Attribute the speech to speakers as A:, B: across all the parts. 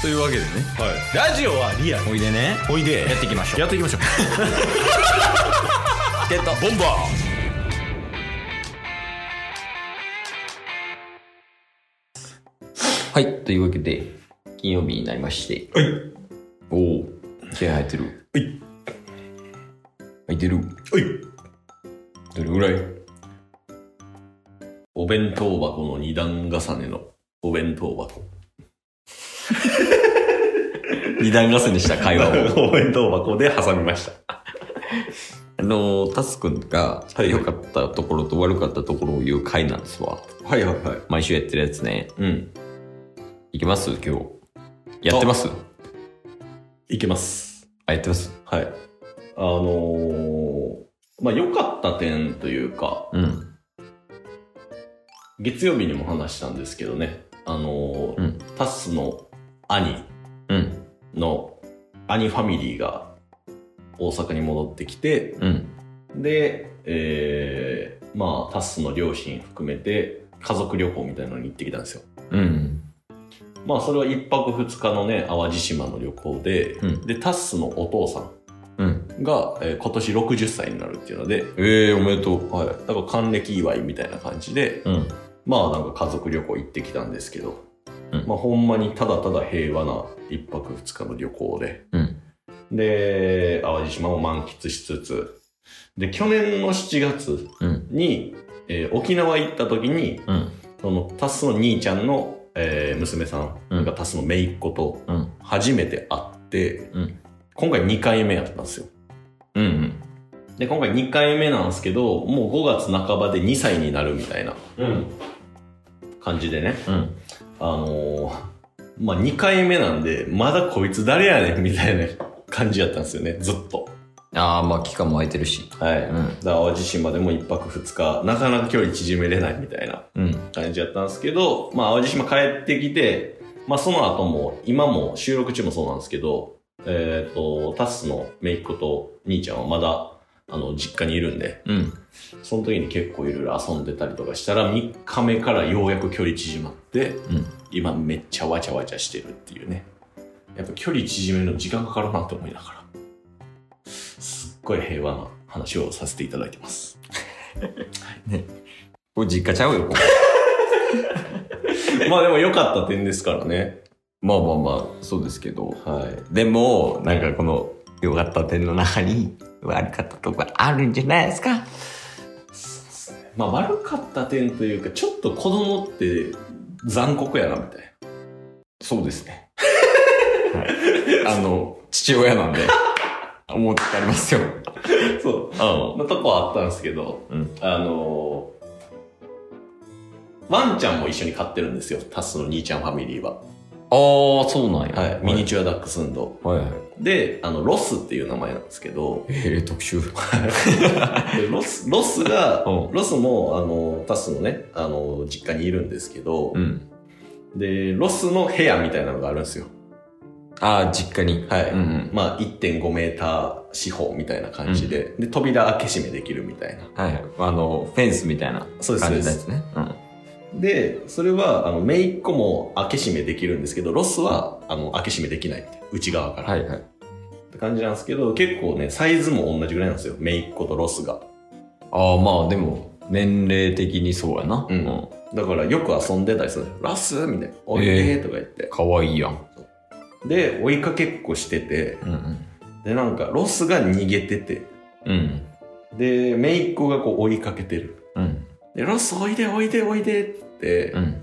A: というわけでね
B: はい、ラジオはリアル
A: おいでね
B: おいで
A: やっていきましょう
B: やっていきましょう
A: ってた
B: ボンバ
A: はいというわけで金曜日になりまして
B: ーはい
A: おお気合入ってる
B: はい
A: 入ってる
B: はい
A: どれぐらい
B: お弁当箱の二段重ねのお弁当 箱
A: 二段重ねした会話を
B: お弁当箱で挟みました
A: あのータスくんが
B: はい
A: 良かったところと悪かったところを言う回なんですわ
B: はいはいはい
A: 毎週やってるやつね
B: うん
A: いけます今日やってます
B: いけます
A: あやってます
B: はいあのー、まあ良かった点というか
A: うん
B: 月曜日にも話したんですけどねあのー
A: うん
B: タスの兄
A: うん
B: の兄ファミリーが大阪に戻ってきて
A: うん
B: で、えーまあタスの両親含めて家族旅行みたいなのに行ってきたんですよ
A: うん
B: まあそれは1泊2日のね淡路島の旅行で、
A: うん
B: でタッスのお父さ
A: うん
B: んが、えー今年60歳になるっていうので、
A: ええおめでとう
B: はい、だから還暦祝いみたいな感じで
A: うん
B: まあなんか家族旅行行ってきたんですけど、
A: うん
B: まあほんまにただただ平和な1泊2日の旅行で
A: うん
B: で淡路島を満喫しつつで去年の7月
A: うん
B: に、えー沖縄行った時に
A: うん
B: そのタスの兄ちゃんの、えー娘さんがタスの姪っ子と、
A: うん
B: 初めて会って、
A: うん
B: 今回2回目やったんですよ
A: うんうん
B: で今回2回目なんですけどもう5月半ばで2歳になるみたいな
A: うん
B: 感じでね
A: うん
B: あのーまあ2回目なんでまだこいつ誰やねんみたいな感じやったんですよねずっと
A: ああまあ期間も空いてるし
B: はい、
A: う
B: だか
A: ん
B: ら淡路島でも1泊2日なかなか距離縮めれないみたいな
A: うん
B: 感じやったんですけど、まあ、淡路島帰ってきて、まあ、その後も、今も収録中もそうなんですけど、えっ、と、タスの姪っ子と兄ちゃんはまだ、あの、実家にいるんで、
A: うん
B: その時に結構いろいろ遊んでたりとかしたら、3日目からようやく距離縮まって、
A: ん
B: 今めっちゃわちゃわちゃしてるっていうね。やっぱ距離縮めるの時間かかるなって思いながら、すっごい平和な話をさせていただいてます。
A: これ実家ちゃうよここ
B: まあでも良かった点ですからね。
A: まあまあまあそうですけど
B: はい。
A: でもなんかこの良かった点の中に悪かったとこがあるんじゃないですか
B: まあ悪かった点というかちょっと子供って残酷やなみたい
A: そうですね、はい、あの父親なんで 思ってありますよ
B: なそう
A: う
B: なとこはあったんですけど
A: んうん
B: あのーワンちゃんも一緒に飼ってるんですよタスの兄ちゃんファミリーは、
A: ああそうなんや
B: はい、ミニチュアダックスンド
A: はいはい
B: であのロスっていう名前なんですけど
A: ええ 特集
B: でロスロスが
A: うん
B: ロスもあのタスのねあの実家にいるんですけど
A: うん
B: でロスの部屋みたいなのがあるんですよ
A: ああ実家に
B: はい。
A: うんうん
B: まあ、1.5メーター四方みたいな感じで、で、扉開け閉めできるみたいな。
A: はいあのフェンスみたいな
B: そうです
A: 感じですねうん
B: で、それは、あの、めいっ子も開け閉めできるんですけど、ロスは、あの、開け閉めできないみたいな内側から。
A: はいはい
B: って感じなんですけど、結構ね、サイズも同じぐらいなんですよ。めいっ子とロスが。
A: ああまあでも年齢的にそうやな
B: うんだから、よく遊んでたりするのよロスみたいな。おいでーとか言って。
A: かわいいやん
B: で、追いかけっこしてて、
A: うん
B: で、なんか、ロスが逃げてて、
A: うんうん
B: で、めいっ子がこう追いかけてる。
A: うん
B: で、ロスおいでおいでおいでって言って、
A: うん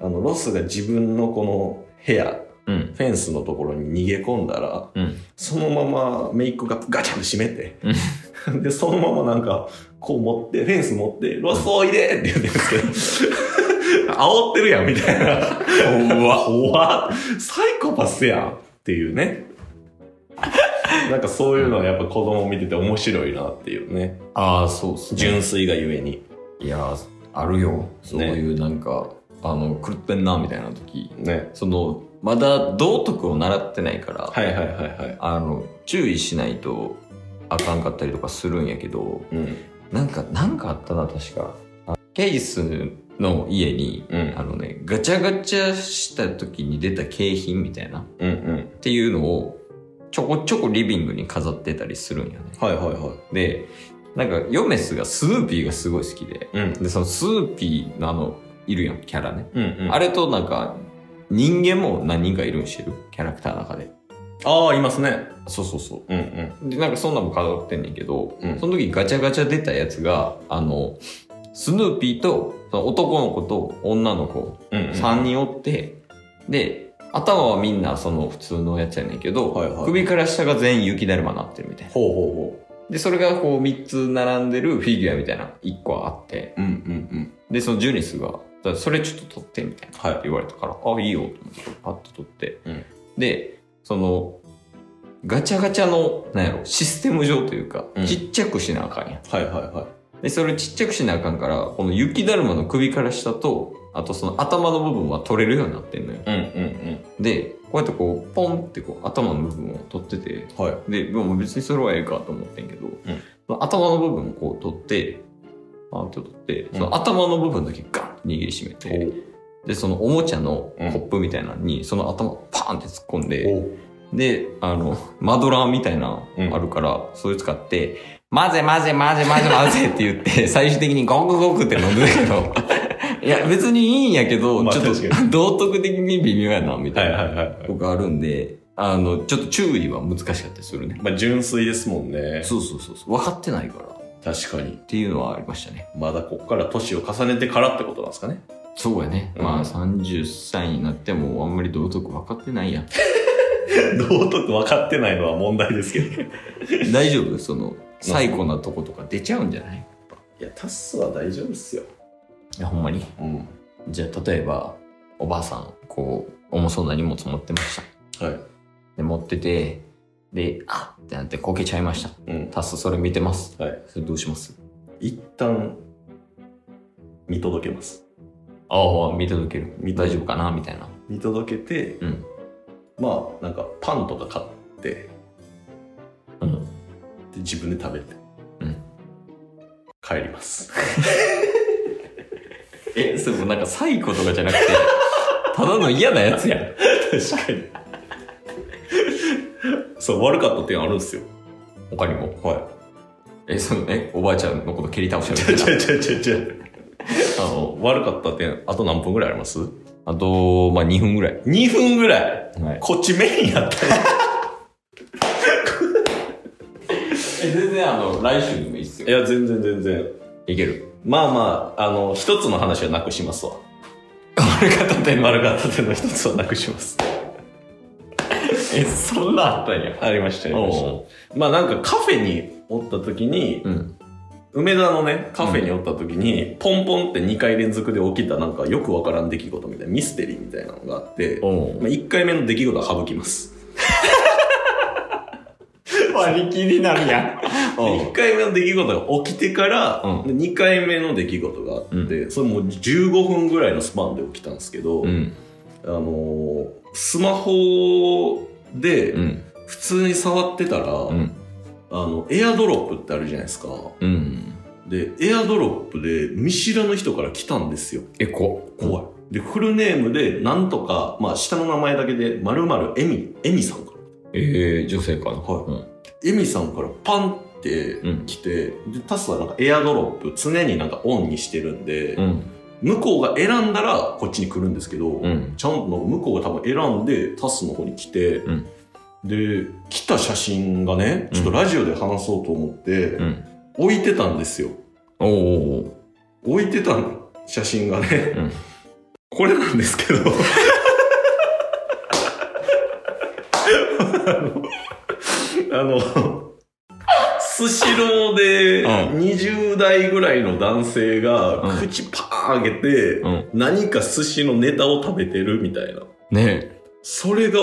B: あの、ロスが自分のこの部屋、
A: うん
B: フェンスのところに逃げ込んだら、
A: うん
B: そのままメイクがガチャンと閉めて、
A: う
B: で、そのままなんか、こう持って、フェンス持って、ロスおいでって言ってるんですけど、煽ってるやん、みたいな。怖怖サイコパスやんっていうね。なんかそういうのはやっぱ子供見てて面白いなっていうね。
A: ああそうっすね
B: 純粋がゆえに。
A: いやーあるよそういうなんか、あの狂ってんなみたいな時
B: ね。
A: そのまだ道徳を習ってないから、
B: はいはいはいはい。
A: あの注意しないとあかんかったりとかするんやけど
B: うん。
A: なんかなんかあったな確かあケースの家に、
B: うん
A: あのね、ガチャガチャした時に出た景品みたいな、
B: うんうん。
A: っていうのを、ちょこちょこリビングに飾ってたりするんよね。
B: はいはいは
A: で、なんか、ヨメスがスヌーピーがすごい好きで、
B: い。うん。
A: で、そのスヌーピーのあの、いるやん、キャラね。
B: うんうん。
A: あれとなんか、人間も何人かいるんしてるキャラクターの中で。
B: ああ、いますね。
A: そうそうそう。
B: うんうん。
A: で、なんかそんなんも飾ってんねんけど、
B: うん
A: その時ガチャガチャ出たやつが、あの、スヌーピーと、その男の子と女の子、
B: うん、うん。
A: 3人おって、で、頭はみんなその普通のやつやねんけど、
B: はいはい
A: 首から下が全員雪だるまになってるみたいな。
B: ほうほうほ
A: で、それがこう3つ並んでるフィギュアみたいな1個あって、
B: う。うんうんうん。
A: で、そのジュニスが、だからそれちょっと取ってみたいな。って
B: はい。
A: 言われたから、あ、いいよ、と思って、パッと取って。
B: うん
A: で、その、ガチャガチャの、なんやろ、システム上というか、
B: うん
A: ちっちゃくしなあかんやん。
B: はいはいはい。
A: で、それちっちゃくしなあかんから、この雪だるまの首から下と、あとその頭の部分は取れるようになってんのよ。
B: うんうん
A: で、こうやってこう、ポンってこう、頭の部分を取ってて、
B: うん。はい。
A: で、もう別にそれはええかと思ってんけど、
B: ん
A: その頭の部分をこう取って、パーンって取って、その頭の部分だけガンって握りしめて、で、そのおもちゃのコップみたいなのに、その頭をパーンって突っ込んで、
B: おう
A: で、あの、マドラーみたいな
B: うん
A: のあるから、それ使って、混ぜ混ぜ混ぜ混ぜ混ぜって言 って、最終的にゴクゴクって飲んでたけど、いや、別にいいんやけど、
B: まあ
A: ちょっと
B: 確か
A: 道徳的に微妙やな、みた
B: はいい
A: な、
B: はいはい。
A: 僕あるんで、あの、ちょっと注意は難しかったりするね。
B: まあ、純粋ですもんね。
A: そうそうそうそう、分かってないから、っ
B: 確かに。
A: ていうのはありましたね。
B: まだこっから年を重ねてからってことなんですかね。
A: そうやね。ま
B: うん
A: あ、30歳になってもあんまり道徳分かってないやん。
B: 道徳分かってないのは問題ですけど。い
A: 大丈夫その、最高なとことか出ちゃうんじゃない
B: や、タスは大丈夫っすよ。
A: いや、ほんまに。
B: うん。
A: じゃあ、例えば、おばあさん、こう、重そうな荷物持ってました。
B: はい。
A: で、持ってて、で、あってなってこけちゃいました。
B: うん。
A: タス、それ見てます。
B: はい。
A: それどうします
B: 一旦、見届けます。
A: ああ、見届ける。
B: 見
A: 大
B: 届け
A: 丈夫かなみたいな。
B: 見届けて、
A: うん。
B: まあ、なんか、パンとか買って、
A: うん。
B: で自分で食べて。
A: うん。
B: 帰ります。
A: え、それもなんか、最高とかじゃなくて、 ただの嫌なやつやん。
B: 確かに。そう、悪かった点あるんですよ。
A: 他にも。
B: は
A: え、そのね、おばあちゃんのこと蹴り倒しちゃ
B: い。
A: うみたい
B: ち
A: な。
B: ゃちゃちゃちゃ。あの、悪かった点、あと何分ぐらいあります
A: あと、まあ、2分ぐらい。
B: ?2 分ぐらい。
A: はい。
B: こっちメインやったよ。
A: え、全然あの、来週でもいいっす
B: い。や、全然全然。
A: いける。
B: まあまあ、あの、一つの話はなくしますわ。
A: 悪かった点
B: 悪かった点の一つはなくします。
A: え、そんなあったんや。
B: ありました、ありました。まあなんかカフェにおった時に、
A: うん。
B: 梅田のね、カフェにおった時に、ポンポンって2回連続で起きたなんかよくわからん出来事みたいな、ミステリーみたいなのがあって、
A: おう
B: まあ、1回目の出来事は省きます。
A: 割り切りなんや。
B: 1回目の出来事が起きてから、
A: う
B: 2回目の出来事があって、
A: う
B: それもう15分ぐらいのスパンで起きたんですけど、
A: うん。
B: あのースマホ
A: う
B: で
A: ん。
B: 普通に触ってたら、
A: うん。
B: あの、エアドロップってあるじゃないですか。
A: うん。
B: で、エアドロップで見知らぬ人から来たんですよ。
A: え、こ。
B: 怖い。で、フルネームで、なんとか、まあ、下の名前だけで、まるまるエミ、エミさんか
A: えー、女性かな。
B: はら。エミさんからパンって
A: うん
B: 来て、で、タスはなんかエアドロップ常になんかオンにしてるんで、
A: うん。
B: 向こうが選んだらこっちに来るんですけど、
A: うん。
B: ちゃんと向こうが多分選んでタスの方に来て、
A: うん
B: で来た写真がねちょっとラジオで話そうと思って、
A: うん。
B: 置いてたんですよ
A: おおー。
B: 置いてた写真がね、
A: うん
B: これなんですけど あのあのスシローで
A: う
B: 20代ぐらいの男性が
A: うん
B: 口パーン開けて、
A: うん。
B: 何か寿司のネタを食べてるみたいな。
A: ね
B: それが、あ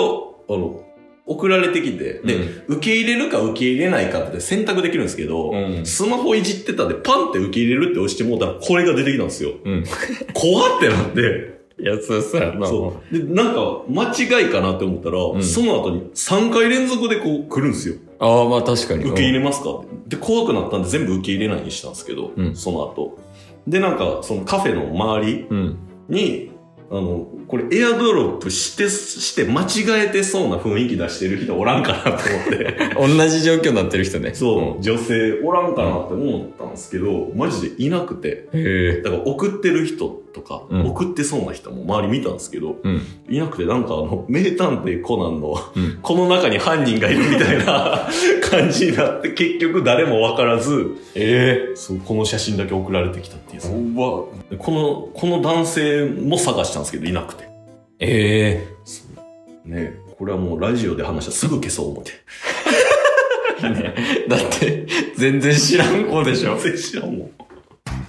B: の、送られてきて、
A: え。
B: で、受け入れるか受け入れないかって選択できるんですけど、
A: うん。
B: スマホいじってたんで、パンって受け入れるって押してもうたら、これが出てきたんですよ。
A: うん。
B: 怖って なって、
A: いや、そうそうやな
B: そう。で、なんか、間違いかなって思ったら、
A: ん
B: その後に3回連続でこう来るんですよ。
A: ああ、まあ確かに。
B: 受け入れますかって。で、怖くなったんで全部受け入れないにしたんですけど、
A: うん
B: その後。で、なんか、そのカフェの周り
A: うん。
B: に、あの、これエアドロップして、して間違えてそうな雰囲気出してる人おらんかなと思って。
A: 同じ状況になってる人ね。
B: そう、女性おらんかなって思ったんですけど、マジでいなくて。
A: うん。へえ。
B: だから送ってる人とか、
A: うん
B: 送ってそうな人も周り見たんですけど、
A: うん。
B: いなくてなんかあの、名探偵コナンの、
A: うん
B: この中に犯人がいるみたい な感じになって、結局誰もわからず、
A: え
B: そう、この写真だけ送られてきたっていう
A: え。うわ。
B: でこの、この男性も探したんですけど、いなくて。
A: ええ。
B: ねこれはもうラジオで話したらすぐ消そう思って。
A: だって、全然知らん子でしょ。
B: 全然知らんもん。